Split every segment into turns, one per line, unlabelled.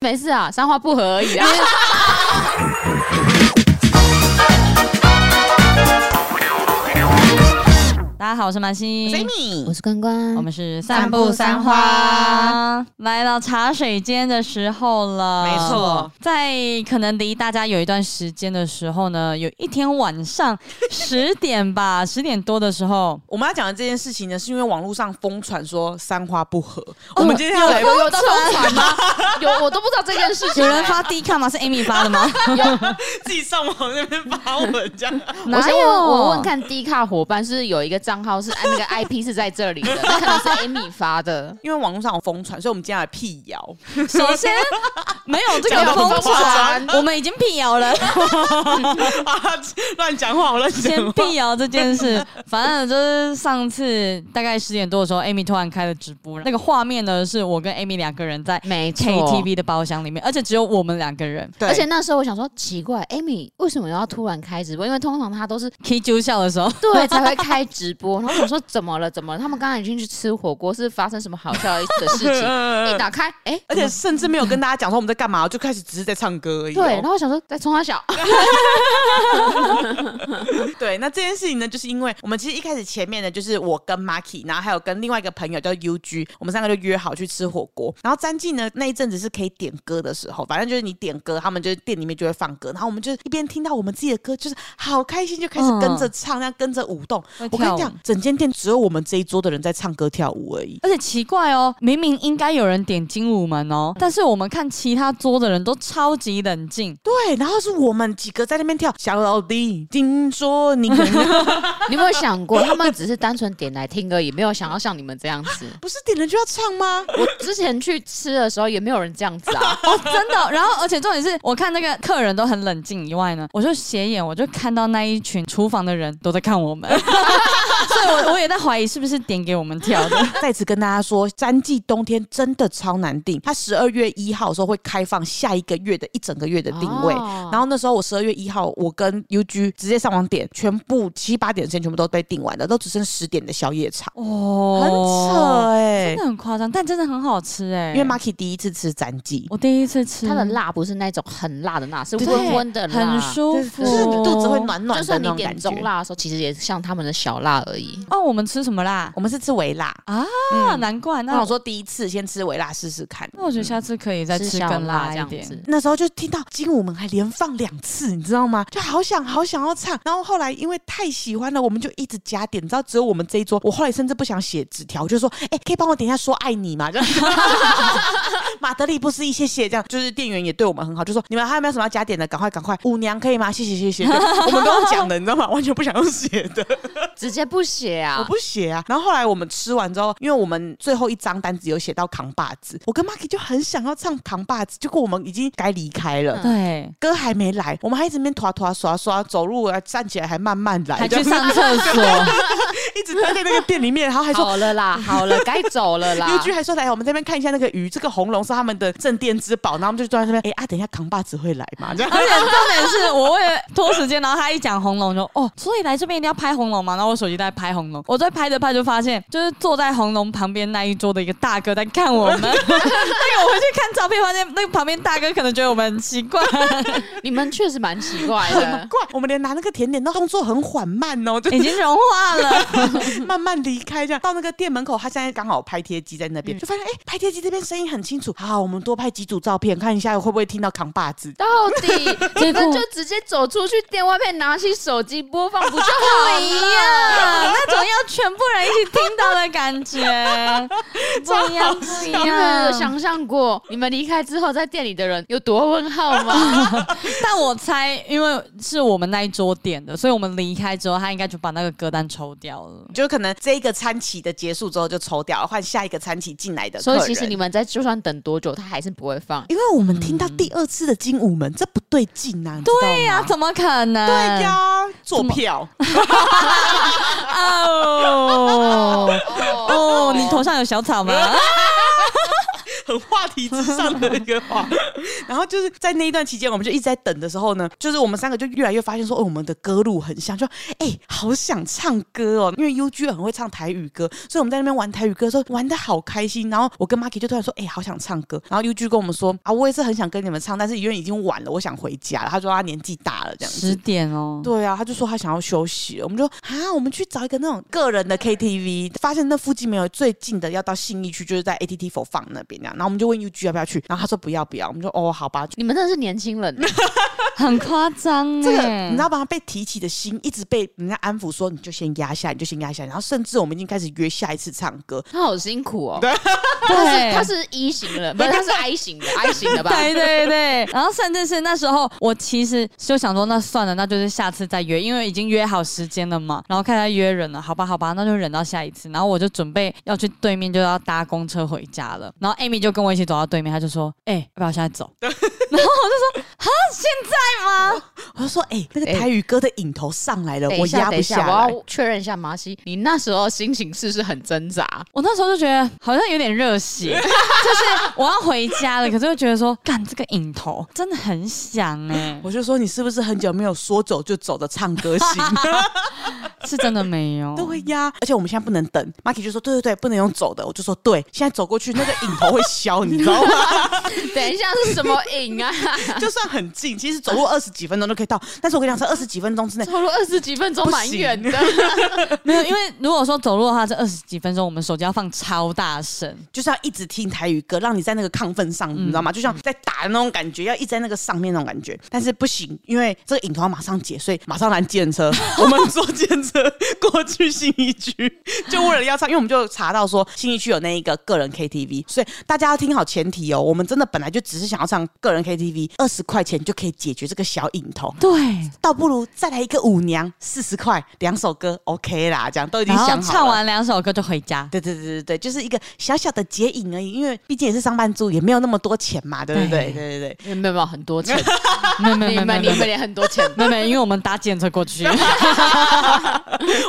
没事啊，三话不合而已啊。
大家好，我是满心，
米
我是关关，
我们是
散步三花，
来到茶水间的时候了。
没错，
在可能离大家有一段时间的时候呢，有一天晚上十点吧，十点多的时候，
我们要讲的这件事情呢，是因为网络上疯传说三花不合，我们今 天要来
有有到疯传吗？有，我都不知道这件事情。哎
有人发 D 卡吗？是 Amy 发的吗？
自己上网那边发文这样。
我
哪
先
有？
问，我问看低卡伙伴是有一个账号是按那个 IP 是在这里的，那可能是 Amy 发的。
因为网络上有疯传，所以我们今天来辟谣。
首先没有这
讲
个
得
疯
很夸
传，我们已经辟谣了。
啊，乱讲话，我乱
先。辟谣这件事，反正就是上次大概十点多的时候，Amy 突然开了直播，那个画面呢是我跟 Amy 两个人在
没错
KTV 的包厢里面，而且只有我们两个人。
对，
而且那时候我想说，奇怪，Amy 为什么要突然开直播？因为通常她都是
K 九笑的时候，
对才会开直播。然后我想说，怎么了？怎么了？他们刚才已经去吃火锅，是发生什么好笑的事
嗯
情？一
而
打开，哎、
且甚至没有跟大家讲说我们在干嘛，就开始只是在唱歌而已哦、
对，然后我想说，在冲他小，
对，那这件事情呢，就是因为我们其实一开始前面呢，就是我跟 Marky，然后还有跟另外一个朋友叫 UG，我们三个就约好去吃火锅。然后詹记呢那一阵子是可以点歌的时候，反正就是你点歌，他们就是店里面就会放歌，然后我们就一边听到我们自己的歌，就是好开心，就开始跟着唱，那、样跟着舞动。
会
我
嗯
跟
跳
你
舞
讲，整间店只有我们这一桌的人在唱歌跳舞而已。
而且奇怪哦，明明应该有人点精武门哦，但是我们看其他桌的人都超级冷静，
对，然后是我们几个在那边跳。小老弟，听说你可能
你有没有想过，他们只是单纯点来听而已，没有想要像你们这样子。
不是点了就要唱吗？
我之前去吃的时候也没有人这样子 啊，
哦，真的。 然后，而且重点是我看那个客人都很冷静以外呢，我就斜眼，我就看到那一群厨房的人都在看我 们，所以我我也在怀疑是不是点给我们跳 的。
再次跟大家说，詹记冬天真的超难订。它十二月一号的时候会开放下一个月的一整个月的定位。
哦
然后那时候我十二月一号，我跟 UG 直接上网点，全部七八点之前全部都被订完了，都只剩十点的宵夜场，很扯
哦，
哎、
真的很夸张，但真的很好吃哎、
因为 Marky 第一次吃詹记，
我第一次吃
它的辣不是那种很辣的辣，是
对
温温的辣，
很舒服，
就是你肚子会。暖
就
暖的
算
那
你
种
点
感
中
觉。
辣的时候，其实也像他们的小辣而已。
哦，我们吃什么辣
我们是吃微辣，
啊？难怪
那
那
我说第一次先吃微辣试试看。
那我觉得下次可以再
吃
吃
小
更
辣
辣
这
一
样
点。
子。
那时候就听到精武门还连放两次，你知道吗？就好想好想要唱。然后后来因为太喜欢了，我们就一直加点。你知道，只有我们这一桌，我后来甚至不想写纸条，我就说：“哎、可以帮我点一下说爱你吗？” 这样哎马德里不是一谢谢这样，就是哎店员也对我们很好，就说：“你们还有没有什么要加点的？赶快赶快，舞娘可以吗？谢谢谢谢。”我们都讲的，你知道吗？完全不想用写的。
直接不写
我
啊，
不写啊。然后后来我们吃完之后，因为我们最后一张单子有写到扛把子，我跟 Marky 就很想要唱扛把子，结果我们已经该离开
嗯
了。
对，
歌还没来，我们还一直面拖拖刷刷，走路啊站起来还慢慢来，
还
就
去
是
上厕 所，
一直待在那个店里面，然后还说。
好了 啦，好了，该走了啦
优。居还说来，我们这边看一下那个鱼，这个红龙是他们的镇店之宝，然后我们就坐在那边，哎、啊，等一下扛把子会来嘛，这样
而且重点是我为了拖时间，然后他一讲红龙就哦，所以来这边一定要拍红龙嘛。然后我手机在拍红龙，我在拍着拍就发现，就是坐在红龙旁边那一桌的一个大哥在看我 们。那个哎我回去看照片，发现那个旁边大哥可能觉得我们很奇怪，
你们确实蛮奇怪的
很。怪。我们连拿那个甜点都动作很缓慢哦，就
哎
已经融化 了。
慢慢离开，这样到那个店门口，他现在刚好拍贴机在那
嗯
边，就发现哎、拍贴机这边声音很清楚，好，我们多拍几组照片，看一下会不会听到扛把子。
到 底你
结果
们就直接走出去店外面，拿起手机播放不就好
不一样
了？，
那种要全部人一起听到的感 觉，不一样，不一
你们
样
有。想象过你们离开之后在店里的人有多问号 吗？
但我猜，因为是我们那一桌点的，所以我们离开之后，他应该就把那个歌单抽掉了。
就可能这一个餐期的结束之后就抽掉，换下一个餐期进来的客
所
人。
以其实你们在就算等多久，他还是不会放。
因为我们听到第二次的精武门，这不对劲呐、啊，你知道吗
嗯对呀、嗯怎么可能？
对呀、、坐票，
哦
哦
哦 哦，你头上有小草吗？
很话题之上的一个 话。然后就是在那一段期间，我们就一直在等的时候呢，就是我们三个就越来越发现说，哦，我们的歌路很像，就哎、好想唱歌哦，因为 U G 很会唱台语歌，所以我们在那边玩台语歌的时候玩的好开心。然后我跟 Marky 就突然说，哎、好想唱歌。然后 U G 跟我们说，啊，我也是很想跟你们唱，但是因为已经晚了，我想回家了。他说他年纪大了，这样
十
子。
点哦，
对啊，他就说他想要休息了，我们就啊，我们去找一个那种个人的 KTV，发现那附近没有，最近的要到信义区，就是在 ATT 佛放那边这样。然后我们就问 UG 要不要去，然后他说不要不要，我们就哦好吧，
你们真的是年轻人欸，
很夸张
这个
嗯
哎
你知道吗？被提起的心一直被人家安抚说，你就先压下，你就先压下。然后甚至我们已经开始约下一次唱歌，
他好辛苦哦。他是
对，
他是一型人，不是他是 I 型的，I 型的吧？
对对对，然后甚至是那时候，我其实就想说，那算了，那就是下次再约，因为已经约好时间了嘛。然后看他约人了，好吧，好吧，那就忍到下一次。然后我就准备要去对面，就要搭公车回家了。然后 Amy 就跟我一起走到对面，他就说：“哎、要不要现在走？”然后我就说：“啊，现在吗
我就说，哎、那个
哎
台语歌的影头上来了，
等
我
一
压
下，等
不
一下，
来
我。要确认一下，麻西，你那时候心情是不是很挣扎？？”
我那时候就觉得好像有点热血，就是我要回家了，可是又觉得说，干这个影头真的很响哎、
我就说你是不是很久没有说走就走的唱歌型？
是真的没有。
对呀，而且我们现在不能等。Marky 就说对对对，不能用走的。我就说对，现在走过去那个影头会消，你知道吗？
等一下是什么瘾啊？
就算很近，其实走路二十几分钟就可以到。但是我跟你讲，这二十几分钟之内，
走了二十几分钟，
不
蛮
行
远的。
没有，因为如果说走路的话，这二十几分钟我们手机要放超大声，
就是要一直听台语歌，让你在那个亢奋上，你知道吗？就像在打的那种感觉，要一直在那个上面那种感觉。但是不行，因为这个影头要马上解，所以马上拦计程车。我们坐计程车过去信义区，就为了要唱，因为我们就查到说信义区有那一个个人 KTV，所以大家要听好前提哦。我们真的本来就只是想要唱个人 KTV，二十块钱就可以解决这个小影头。
对，
倒不如再来一个舞娘，四十块两首歌，OK 啦，这样都已经
然
想
后
好了。
唱完两首歌就回 家。
对对对对对，就是一个小小的结影而已，因为毕竟也是上班族，也没有那么多钱嘛，对不对？对
对
对
没
对。
有没有没有很多钱，
没有没
你
有没
们
有
你们
没有没有
也很多钱。
没有没有，因为我们搭建车过 去，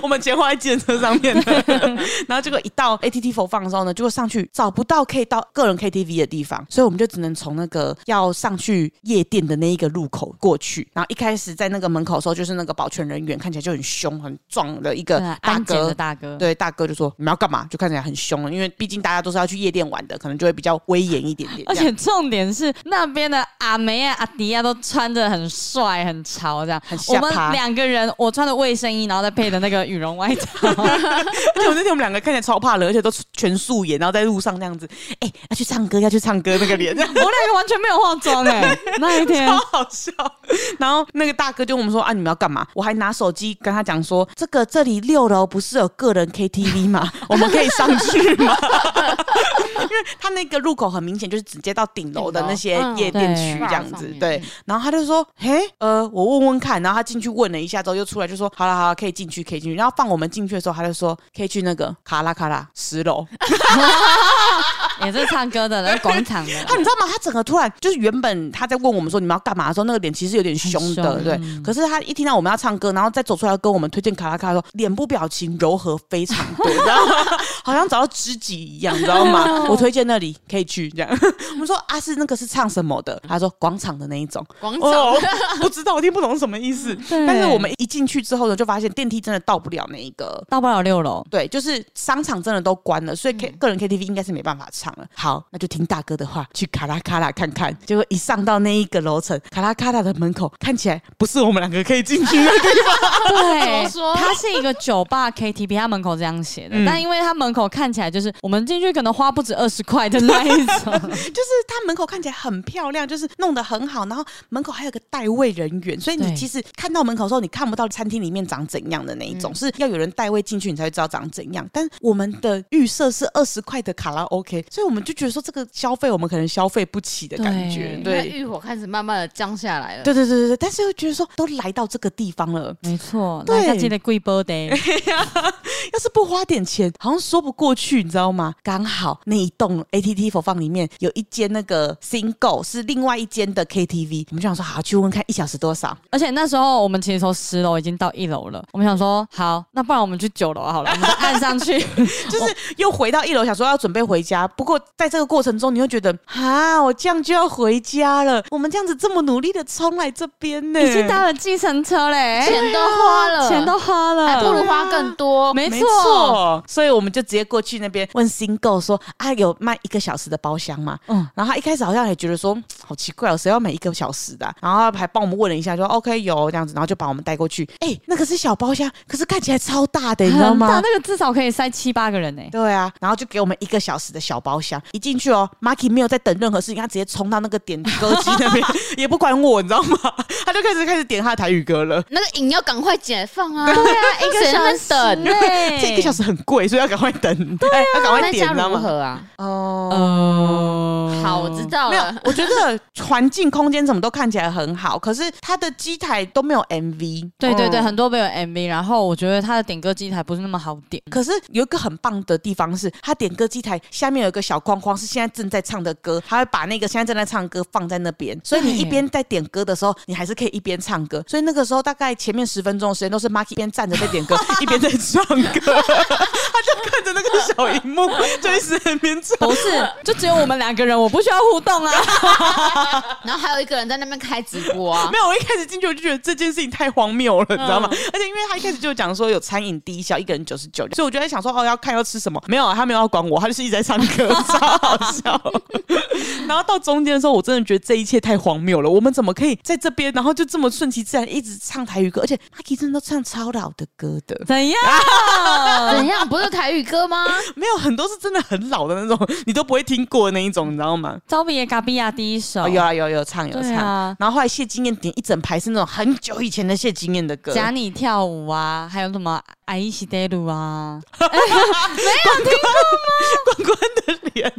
我们钱花在计程车上面的， 然后结果一到 ATT 佛放的时候呢，结果上去找不到可以到个人 KTV 的地方，所以我们就只能从那个要上去夜店的那一个路口过去。然后一开始在那个门口的时候，就是那个保全人员看起来就很凶很壮的一个
对
大
安检
哥
的，大哥，
对大哥就说你们要干嘛？就看起来很凶了，因为毕竟大家都是要去夜店玩的，可能就会比较威严一点点。
而
这样
且重点是那边的阿梅啊、阿迪啊都穿的很帅、很潮，这样。
很下
我
趴
们两个人，我穿的卫生衣，然后再配的那个羽绒外 套，
而且我那天我们两个看起来超怕冷，而且都全素颜，然后在路上这样子，哎、要去唱歌，要去唱歌那个脸，
嗯
我两个完全没有化妆哎、那一天
超好笑。然后那个大哥就问我们说啊，你们要干嘛？我还拿手机跟他讲说，这个这里六楼不是有个人 KTV 吗？我们可以上去吗？ 因为他那个入口很明显就是直接到顶楼的那些
顶楼嗯
夜店区
对
这样子，
上
对
面。
然后他就说，嘿，呃，我问问看。然后他进去问了一下之后，又出来就说，好了好了，可以进去，可以进去。然后放我们进去的时候，他就说可以去那个卡拉卡拉十楼。
也是唱歌的，那广 场的。
他啊你知道吗？他整个突然就是原本他在问我们说你们要干嘛的时候，那个脸其实有点凶的，
很凶
对。
嗯
可是他一听到我们要唱歌，然后再走出来跟我们推荐卡拉卡的时候，脸部表情柔和非常多，然后 好像找到知己一样，你知道吗？我推荐那里可以去，这样。我们说啊，是那个是唱什么的？他说广场的那一种。
广场
哦，不知道，我听不懂是什么意思。
对
但是我们一进去之后呢，就发现电梯真的到不了那一个
到不了六 楼，
对，就是商场真的都关了，所以
嗯
K、个人 KTV 应该是没办法唱了。好，那就听大哥的话，去卡拉卡拉看看。结果一上到那一个楼层，卡拉卡拉的门口看起来不是我们两个可以进去 的地方。
对，
么说
它是一个酒吧 KTV，它门口这样写的，
嗯
但因为它门口看起来就是我们进去可能花不止二十块的那一种，
就是它门口看起来很漂亮，就是弄得很好，然后门口还有个代位人员，所以你
对
其实看到门口的时候，你看不到餐厅里面长怎样的那一
嗯
种，是要有人代位进去，你才会知道长怎样。但我们的预设是二十块的卡拉 OK，所以我们就觉得说这个消费我们可能消费不起的感觉，
那
对
对。
浴火开始慢慢的了，降下来了。
对对对对对，但是又觉得说都来到这个地方了，
没错，
对
大家记得贵 波的。
要是不花点钱，好像说不过去，你知道吗？刚好那一栋 ATT 佛放里面有一间那个 Single 是另外一间的 KTV，我们就想说好去问问看一小时多少。
而且那时候我们其实从十楼已经到一楼了，我们想说好，那不然我们去九楼好了，我们就按上 去。
就是又回到一楼，想说要准备回家。不过在这个过程中，你会觉得啊，我这样就要回家了。我们这样子这么努力的冲来这边呢，
已经搭了计程车嘞，
钱都花了，哎
钱都花了，
还不如花更多。
没
没
错。
错，所以我们就直接过去那边问新购说啊，有卖一个小时的包厢吗？
嗯
嗯，然后他一开始好像也觉得说嗯好奇怪哦，谁要买一个小时的啊、然后他还帮我们问了一下，说 OK 有这样子，然后就把我们带过去。哎、那个是小包厢，可是看起来超大
哎
的，你知道
很大，
吗？
那个至少可以塞七八个人呢、
对啊，然后就给我们一个小时的小包厢，一进去哦，Marky 没有在等任何事情，他直接冲到那个点歌机那边， 也不管我，你知道吗？他就开始开始点他的台语歌了。
那个瘾要赶快解放啊！对啊，一等，
对，
这一个小
时，
时很贵，所以要赶快等，对、要赶快
那
点，
家
你知道
如
吗？
何啊？
哦、
呃
好，我知道
没有
了，。
我觉得环境空间怎么都看起来很好，可是它的机台都没有 MV。
对对
哦
对，
嗯
很多没有 MV，然后我觉得他的点歌机台不是那么好点，
可是有一个很棒的地方是，它点歌机台下面有一个小框框，是现在正在唱的歌，它会把那个现在正在唱的歌放在那边，所以你
对
一边在点歌的时候，你还是可以一边唱歌。所以那个时候大概前面十分钟的时间都是 Marky 一边站着在点歌， 一边在唱歌，他就看着那个小荧幕，就一直在那边唱。
不是，就只有我们两个人，我不需要互 动啊。
然后还有一个人在那边开直播啊
没，有，我一开始进去我就觉得这件事情太荒谬了，你知道吗？而且因为他一开始就讲说有餐饮低消，一个人九十九，所以我就在想说哦，要看要吃什么。没有，啊，他没有要管我，他就是一直在唱歌，超好笑。然后到中间的时候，我真的觉得这一切太荒谬了。我们怎么可以在这边，然后就这么顺其自然一直唱台语歌？而且 Maki 真的都唱超老的歌的，
怎样？
怎样？不是台语歌 吗？
没有很多是真的很老的那种，你都不会听过的那一种，你知道吗？
招比耶嘎比亚第一首，
哦，有啊，有有唱有
对
唱。
啊
然后后来谢金燕点一整排是那种很久以前的谢金燕的歌，
假你跳舞啊，还有什么爱一起带路 啊，
脸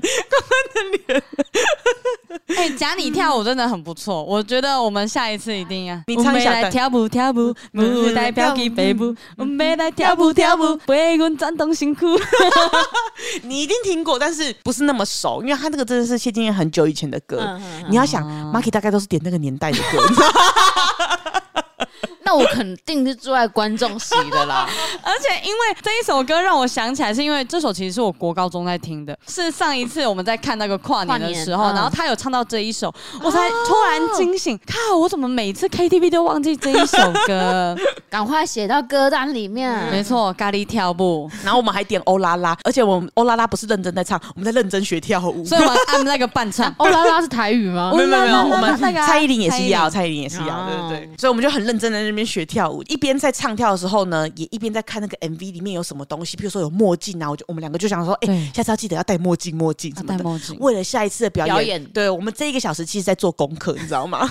哎、假你跳舞真的很不错，我觉得我们下一次一定要。
你唱一下
我们来跳舞跳 舞，舞代表给北部，我们来跳舞跳 舞，北阮转动辛苦。
你一定听过，但是不是那么熟，因为他那个真的是谢金燕很久以前的歌。
嗯
你要想，Marky 大概都是点那个年代的歌，你知道吗
那我肯定是坐在观众席的 啦。
而且因为这一首歌让我想起来，是因为这首其实是我国高中在听的，是上一次我们在看那个跨年的时候，
跨年嗯
然后他有唱到这一
哦
首，我才突然惊醒，靠，我怎么每次 KTV 都忘记这一首 歌？
赶快写到歌单里
没
嗯
面。。
错，咖喱跳舞，
然后我们还点欧拉拉，而且我们欧拉拉不是认真在唱，我们在认真学跳舞。
所以我还按那个伴唱
哦啦啦是台语吗？
没有没有没有，
那那
我们
那个啊
蔡依林也
蔡
是
依林
要，蔡依林也是要，
哦
对对对，所以我们就很认真在那边学跳舞，一边在唱跳的时候呢，也一边在看那个 MV 里面有什么东西，譬如说有墨镜啊，我就我们两个就想说，哎、
对啊
下次要记得要戴墨镜，墨镜什
要
么
戴
的
墨镜，
为了下一次的表演，
表演
对我们这一个小时其实在做功课，你知道吗？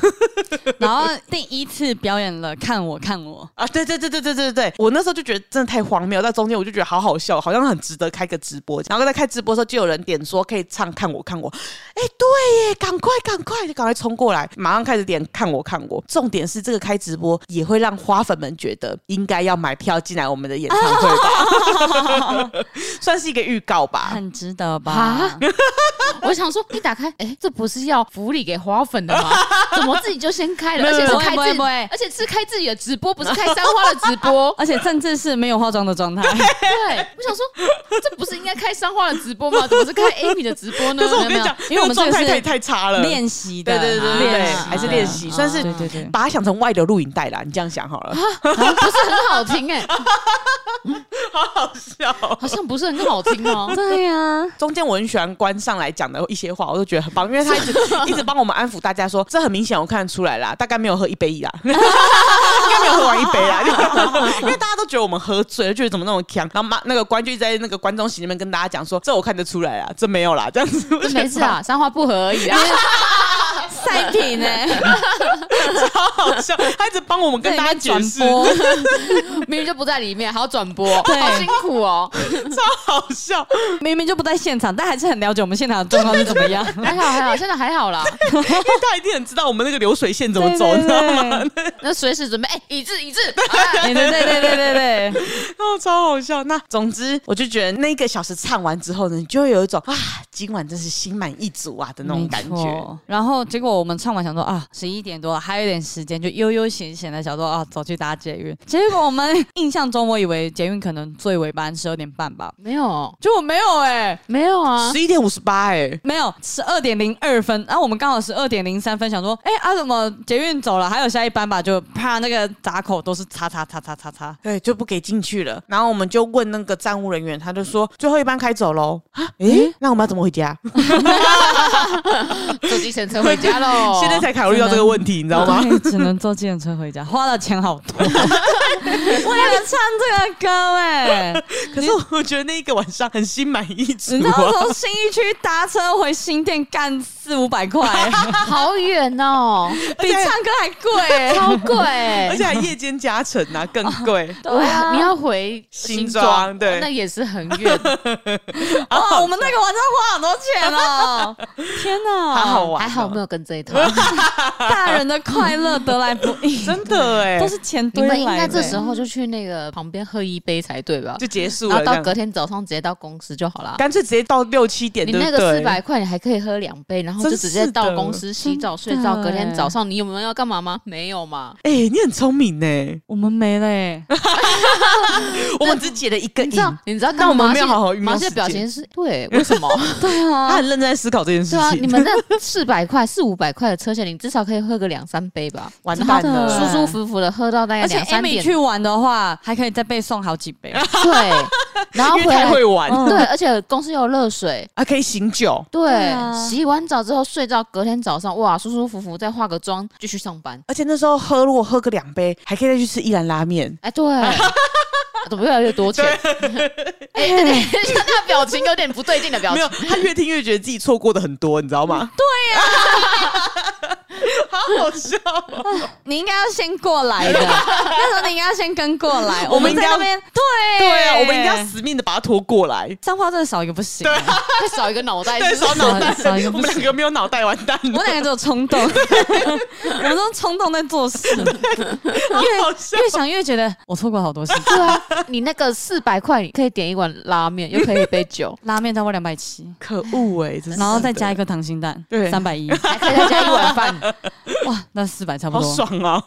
然后第一次表演了，看我看我，
啊，对对对对对对对，我那时候就觉得真的太荒谬，到中间我就觉得好好笑，好像很值得开个直播。然后在开直播的时候，就有人点说可以唱《看我看我》，哎，对耶，赶快赶快，就赶快冲过来，马上开始点《看我看我》。重点是这个开直播也会让花粉们觉得应该要买票进来我们的演唱会吧， 算是一个预告吧。
很值得吧
啊？ 我想说，一打 开，哎、这不是要福利给花粉的吗？怎么自己就先开了？
没
而
有
且是开
不会
自
不会。
而且是开自己的直播，不是开三花的直 播
而且甚至是没有化妆的状态，
对，我想说，这不是应该开三花的直播吗？怎么是开 Amy 的直播呢
可？是我跟
没
你
有
讲，
因为我们
那个状态
这个是
太太差了。
练习
对
的，
对对对对
练
对，
习的
还是练习，
啊
算是
对对对。
把它想成外流录影带啦。你这样想好 了，
好像啊不是很好听哎、
好笑哦。
好像不是很好听 哦、
对呀、
中间我很喜欢关上来讲的一些话，我都觉得很棒，因为他一 直一直帮我们安抚大家说，这很明显我看得出来啦，大概没有喝一杯 啦，应该没有喝完一杯啦，因为大家都觉得我们喝醉了，觉得怎么那么强，然后妈那个关就一直在那个观众席里面跟大家讲说，这我看得出来啦，这没有啦，
啊
这样子，我
这
觉得
没事啊，三花不合而已啊。
赛品呢、
超好笑，他一直帮我们跟
在
大家
里面
解
转
释，
播，
明明就不在里面，还要转播，
对
好辛苦哦。
超好笑。
明明就不在现场，但还是很了解我们现场的状况是怎么样。
还好还好，现在还好啦。
因为他一定很知 道我们那个流水线怎么走，
对
你知道吗？
对对
那随时准备，哎，椅子椅子，
对对 对对对对，
哦，超好笑。那总之，我就觉得那一个小时唱完之后呢，你就会有一种啊，今晚真是心满意足啊的那种感
没
觉。
错。然后结果我们唱完想说啊，十一点多了，还有一点时间，就悠悠闲闲的想说啊，走去搭捷运。结果我们印象中，我以为捷运可能最尾班十二点半吧，
没有
结果没有哎、
没有啊，
十一点五十八，哎，
没有，十二点零二分，然后我们刚好十二点零三分，想说，哎、啊怎么捷运走了，还有下一班吧，就啪那个闸口都是叉叉叉叉叉叉，
对，就不给进去了。然后我们就问那个站务人员，他就说最后一班开走喽。啊，诶，那我们要怎么回家？
坐计程车回家喽。
现在才考虑到这个问题，你知道吗？
对？哎只能坐计程车回家，花的钱好多。为了唱这个歌、哎，
可是我觉得那一个晚上很心满意足
你 知道
啊。
从新一区搭车回新店干四五百块、欸
好远哦，
比唱歌还贵、 哎
超贵
而
欸。
且还夜间加成啊，更贵。
对啊，
你要回
新
新
庄对
那也是很远，
哇，我们那个晚上花好多钱 哦！天哪，
好好啊玩，
还好没有跟这一套。
大人的快乐得来不易，
真的 哎，
都是钱
你
堆来
们
的。
应
欸
该这时候就去那个旁边喝一杯才对吧？
就结束
然后
了，这
到
样
隔天早上直接到公司就好了。
干脆直接到六七点，
你
对不
那个
对
四百块，你还可以喝两杯，然后就
真
直接
是
到
的
公司洗澡、睡
真的
觉。隔天
欸
早上你有没有要干嘛吗？没有嘛。
哎、你很聪明呢，
我们没了、哎
我们只解了一个
你
瘾
知，道，你知道，
但我们没有好好运用
马的
时
表
间
情是对，为 什么？
对
他
啊
很，认真在思考这件事
对
情。
啊，你们那四百块、四五百块的车钱，你至少可以喝个两三杯吧，
完蛋
真
了，
的
舒舒服服的喝到大概
而且
两三
Amy
点。
去玩的话，还可以再被送好几 杯。
对，然后
因
回
为太
来
会玩，
嗯
对，而且公司又有热水。
还可以醒酒，
对，
啊
洗完澡之后睡觉，隔天早上哇，舒舒服服再化个妆继续上班。
而且那时候喝，如果喝个两杯，还可以再去吃一兰拉面。
哎，对，怎么越来越多钱？ 哎，他那表情有点不对劲的表
没有，
情。
他越听越觉得自己错过的很多，你知道吗？ 对呀、好好笑哦、
你应该要先过来的，那时候你应该要先跟过来。
我们应
在
该
那边对
对啊，我们应该要死命的把他拖过来。
三花真的少一个不行，
再少一个脑袋，
对，
是不
少
是
脑袋
少一，个
我
不行
们两个没有脑袋，完蛋
我
了，
两个只有冲动，我们都冲动在做事，
好好笑
越。越想越觉得我错过好多事。，
对啊，你那个四百块，你可以点一碗拉面，又可以一杯酒
拉面超过两百七，
可恶哎、真是
然后再加一颗溏心蛋，
对
三百一，
还可以再加一碗饭。
哇，那四百差不
好
多。
爽啊！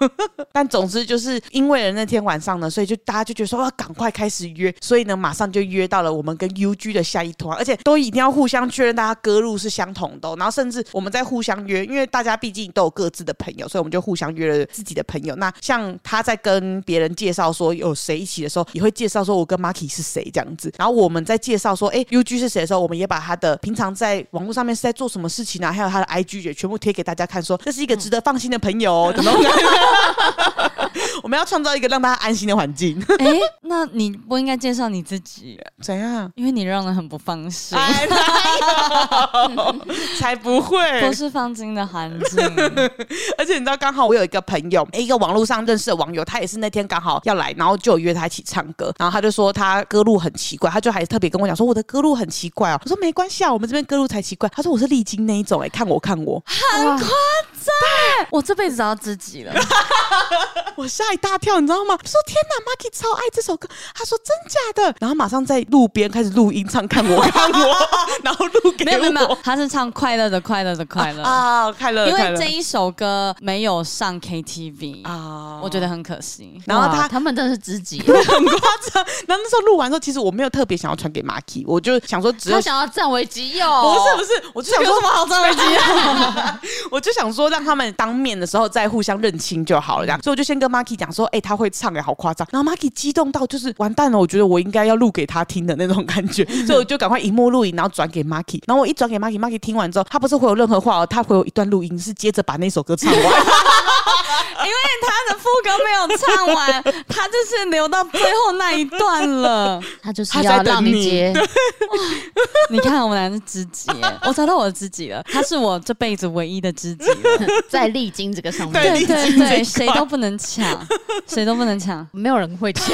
但总之就是因为了那天晚上呢，所以就大家就觉得说要赶快开始约，所以呢马上就约到了我们跟 UG 的下一团，而且都一定要互相确认大家歌路是相同的哦、然后甚至我们在互相约，因为大家毕竟都有各自的朋友，所以我们就互相约了自己的朋友。那像他在跟别人介绍说有谁一起的时候，也会介绍说我跟 Marky 是谁这样子。然后我们在介绍说哎 UG 是谁的时候，我们也把他的平常在网络上面是在做什么事情啊，还有他的 IG 也全部贴给大家看说这是一个值得放心的朋友、哦，怎么样？ 我们要创造一个让大家安心的环境。
哎、那你不应该介绍你自己，
怎样？
因为你让人很不放心。
哎，哪有 才不会！
都是放金的含金，
而且你知道，刚好我有一个朋友，一个网络上认识的网友，他也是那天刚好要来，然后就有约他一起唱歌，然后他就说他歌路很奇怪，他就还特别跟我讲说我的歌路很奇怪哦。我说没关系啊，我们这边歌路才奇怪。他说我是历经那一种，哎，看我看我，
哇
我这辈子找到知己 了。
我吓一大跳，你知道吗？我说天哪 m a k i 超爱这首歌。他说真假的，然后马上在路边开始录音唱，看我看 我，然后录给我。
没有没有没有，他是唱快乐的快乐的快乐，
哎啊，快乐，
因
快
为
乐
这一首歌没有上 KTV 啊，
啊
我觉得很可惜。
然后他
哇他们真的是知己，
很夸张。然后那时候录完之后，其实我没有特别想要传给 Marky，我就想说只有
他。想要占为己有。
不是不是，我就想
有什么
说，
好张机
我就想说，让他们当面的时候再互相认清就好了。这样，所以我就先跟 Marky 讲说，哎、他会唱哎、好夸张。然后 Marky 激动到就是完蛋了，我觉得我应该要录给他听的那种感觉，所以我就赶快荧幕录影，然后转给 Marky。然后我一转给 Marky，Marky 听完之后，他不是回我任何话哦，他回我一段录音，是接着把那首歌唱完。
哎、因为他的副歌没有唱完，他就是留到最后那一段 了。
他就是
他在
要
等
让
你
接，
你看，我们俩是知己耶，我找到我的知己了，他是我这辈子唯一的知己了。
在历经这个上面，
对
历经
对
这一
对，谁都不能抢，谁都不能抢。
没有人 会抢。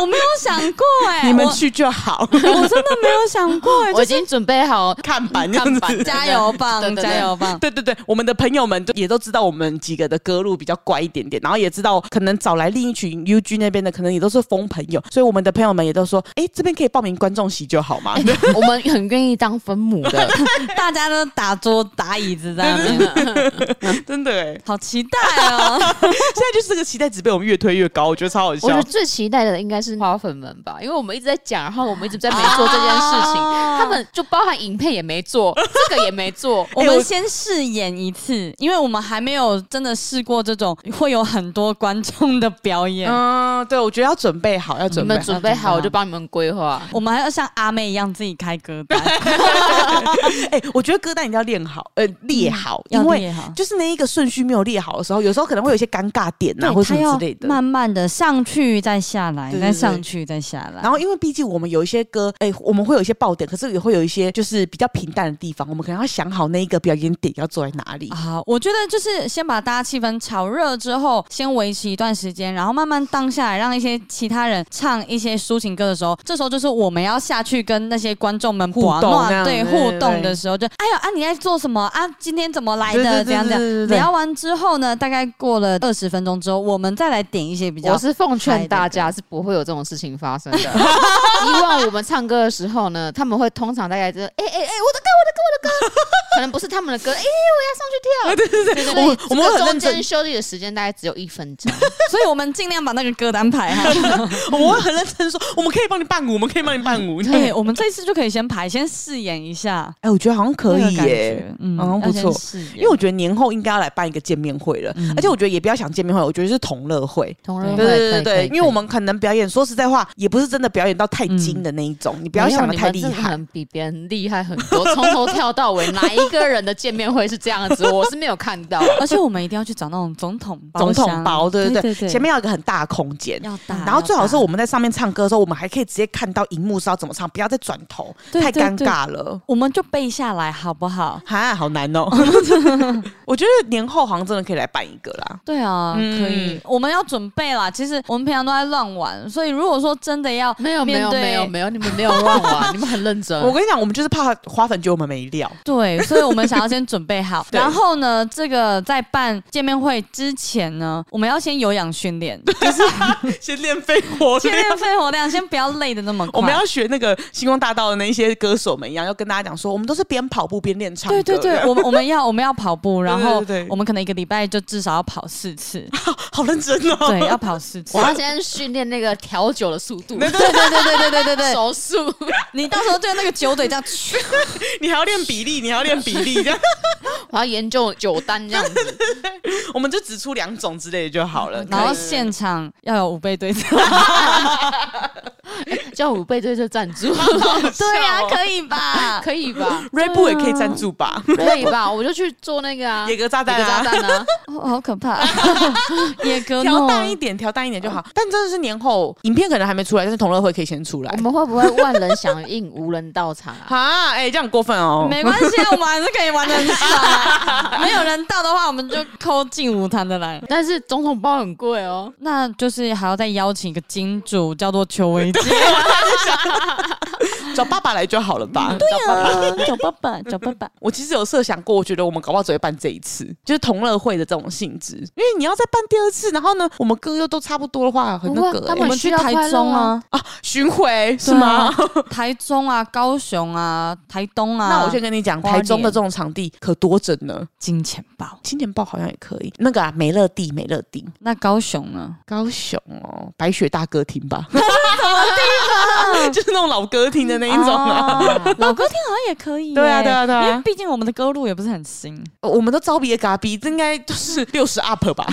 我没有想过哎、
你们
我
去就好，
我真的没有想过哎、
我
就
已经准备好，
看板这样
看
子
板。
加油
对
棒，
对对
加油棒。
对对对，我们的朋友们都也都知道我们几个的歌路比较乖一点点，然后也知道可能找来另一群 UG 那边的，可能也都是疯朋友，所以我们的朋友们也都说，哎，这边可以报名观众席就好 嘛。对
哎我们很愿意当分母的。
大家都打桌打椅子在那边，
真的哎，
好期待
哎
哦！
现在就是这个期待值被我们越推越高，我觉得超好笑
我觉。得最期待的应该是花粉们吧，因为我们一直在讲，然后我们一直在没做这件事情，
啊
他们就包含影片也没做，这个也没做。
我
我
们先试演一次，因为我们还没有真的试过这种会有很多观众的表演。
嗯，对，我觉得要准备好，要
你
准备
们
好。
准备好，我就帮你们规划。
我们还要像阿妹一样自己开歌 单，
哎、我觉得歌单一定要练好，呃，列好，
嗯要
因为
列好
就是那一个顺序没有列好的时候，有时候可能会有一些尴尬点啊，或
她
什么
要
之类的。
慢慢的上去再下来，
对对
再
对
上去再下来。
然后，因为毕竟我们有一些歌，哎、我们会有一些爆点，可是也会有一些就是比较平淡的地方，我们可能要想好那一个表演点要做在哪里。
啊，我觉得就是先把大家气氛炒热之后，先维持一段时间，然后慢慢荡下来，让一些其他人唱一些抒情歌的时候，这时候就是我们要下去跟那些观众们
互动
玩闹
这样
对
对
互
对
动
对
的时候就，哎呦啊，你在做什么啊？今天怎么来
对对
的？
对
怎样怎呃
对对对
样？
对
聊完之后呢，大概过了二十分钟之后，我们再来点一些比较
我是奉劝大家
嗨
是不会有这种事情发生的。以往我们唱歌的时候呢，他们会通常大概就是哎哎哎，我的歌，我的歌，我的歌，可能不是他们的歌，哎、我要上去跳。对对对
我我们会很认
中
真
间休息的时间大概只有一分钟。
所以我们尽量把那个歌单排好。
我们会很认真说，我们可以帮你伴舞，我们可以帮你伴舞。
对，我们这一次就可以先排，先试演一下，
哎、我觉得好像可
那个
以
感
耶
觉，嗯，
好像
要
不
先
错。
试演
因为我觉得年后应该要来办一个见面会了，而且我觉得也不要想见面会，我觉得是同乐会。
同仁
对
会可
对对
以
对，
可以
因为我
可以
们可能表演，说实在话，也不是真的表演到太精的那一种，你不要
没有
想的
你
太
们
厉
真的
害。
很比别人厉害很多，从头跳到 尾，哪一个人的见面会是这样子？我是没有看到。
而且我们一定要去找那种总统
总
包厢
统包，对对
对
对，前面要有一个很大的空间。
要打，
然后最好是
要
我们在上面唱歌的时候，我们还可以直接看到荧幕是要怎么唱，不要再转头，
对
太
对
尴
对
尬了
打，。我们就背下来好不好？
哈，好难 哦！我觉得年后好像真的可以来办一个啦。
对啊，
嗯
可以，我们要准备啦。其实我们平常都在乱玩，所以如果说真的要
没有没
面
有
对
没有没有，你们没有乱 玩，你们很认真。
我跟你讲，我们就是怕花粉觉得我们没 料，
对，所以我们想要先准备 好。
对
然后呢，这个在办见面会之前呢，我们要先有氧训 练，
先练肺活
先
量。
练肺活量，先不要累的那么快。
我们要学那个星光大道的那一些歌手们一样，要跟大家讲说，我们都是边跑步边练唱歌。
对对对，我们我们要我们要跑步，然后
对对对
我们可能一个礼拜就至少要跑四 次，
好认真哦。
对，要跑四次
我。要先训练那个调酒的速 度，
对对对对对对对对，
手速。
你到时候对那个酒嘴这样，
你还要练比例，你还要练比例， 这样
我要研究酒单这样 子，
我们就只出两种之类的就好了。
然后
可以
现场要有五倍对照。
叫五倍对这赞助，
对呀、
好笑 哦
可以吧？
可以 吧？
Red Bull 也可以赞助吧？
可以吧？我就去做那个啊，
野格炸弹
野格炸
啊，
弹啊，
哦，好可怕！野格
调
诺
淡一点，调淡一点就好。哦但真的是年后影片可能还没出来，但是同乐会可以先出来
我。们会不会万人响应无人到场 啊？
哈，哎，这样很过分哦。
没关系啊，我们还是可以玩的很爽、啊。没有人到的话，我们就抠进舞台的来。
但是总统包很贵哦，
那就是还要再邀请一个金主，叫做邱 维杰。
找爸爸来就好了吧？
对啊，找爸爸，找爸爸。
我其实有设想过，我觉得我们搞不好只会办这一次，就是同乐会的这种性质。因为你要再办第二次，然后呢，我们歌又都差不多的话，很那
不
个、
会
欸。
他
我们去台中啊，
巡回是
对
吗
啊？？台中啊，高雄啊，台东啊。
那我先跟你讲，
花
台中的
莲
这种场地可多整呢。
金钱豹。
青年报好像也可以，那个啊，美乐蒂，美乐蒂，
那高雄呢？
高雄哦，白雪大歌厅 吧，什么地方？ 就是那种老歌厅的那一种啊。
啊老歌厅好像也可以耶。
对啊，对啊，对
因为
啊，
毕竟我们的歌路也不是很新，
我们都招别嘎逼，这应该都是六十 up 吧？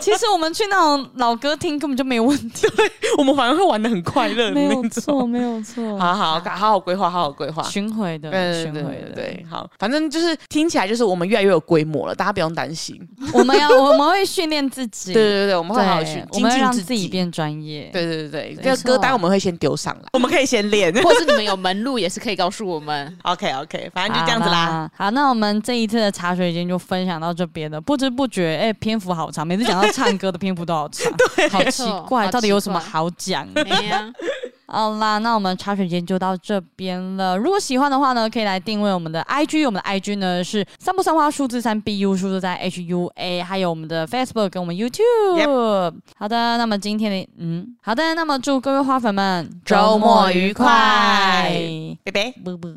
其实我们去那种老歌厅根本就没问 题，
我们反而会玩的很快乐，
没有
那
错，
种。
没有错。
好好好好规划，好好规划。
巡回的，
对对
巡
对
回
对
的，
对，好，反正就是听起来就是我们越来越有规模了，大家不用担心。
我们要我们会训练自己，
对对对对，我们会好好去
对我
精
们会
进
让自己。变专业。
对对对对，
没
这个歌
错
单我们会先丢上 来，我们可以先练。
或是你们有门路也是可以告诉我们。
OK OK，反
好
正就这样子啦。
啦。好，那我们这一次的茶水间就分享到这边了。不知不觉，哎、篇幅好长，每次讲到唱歌的篇幅都好 长，好奇
没错好
怪，
奇
到底有什么
怪
好讲？
没呀、
好啦，那我们茶水间就到这边了。如果喜欢的话呢，可以来定位我们的 IG，我们的 IG 呢是三不三花数字三 BU 数字三 HUA，还有我们的 Facebook 跟我们 YouTube。好的，那么今天的嗯，好的，那么祝各位花粉们
周末愉快拜拜。
不不。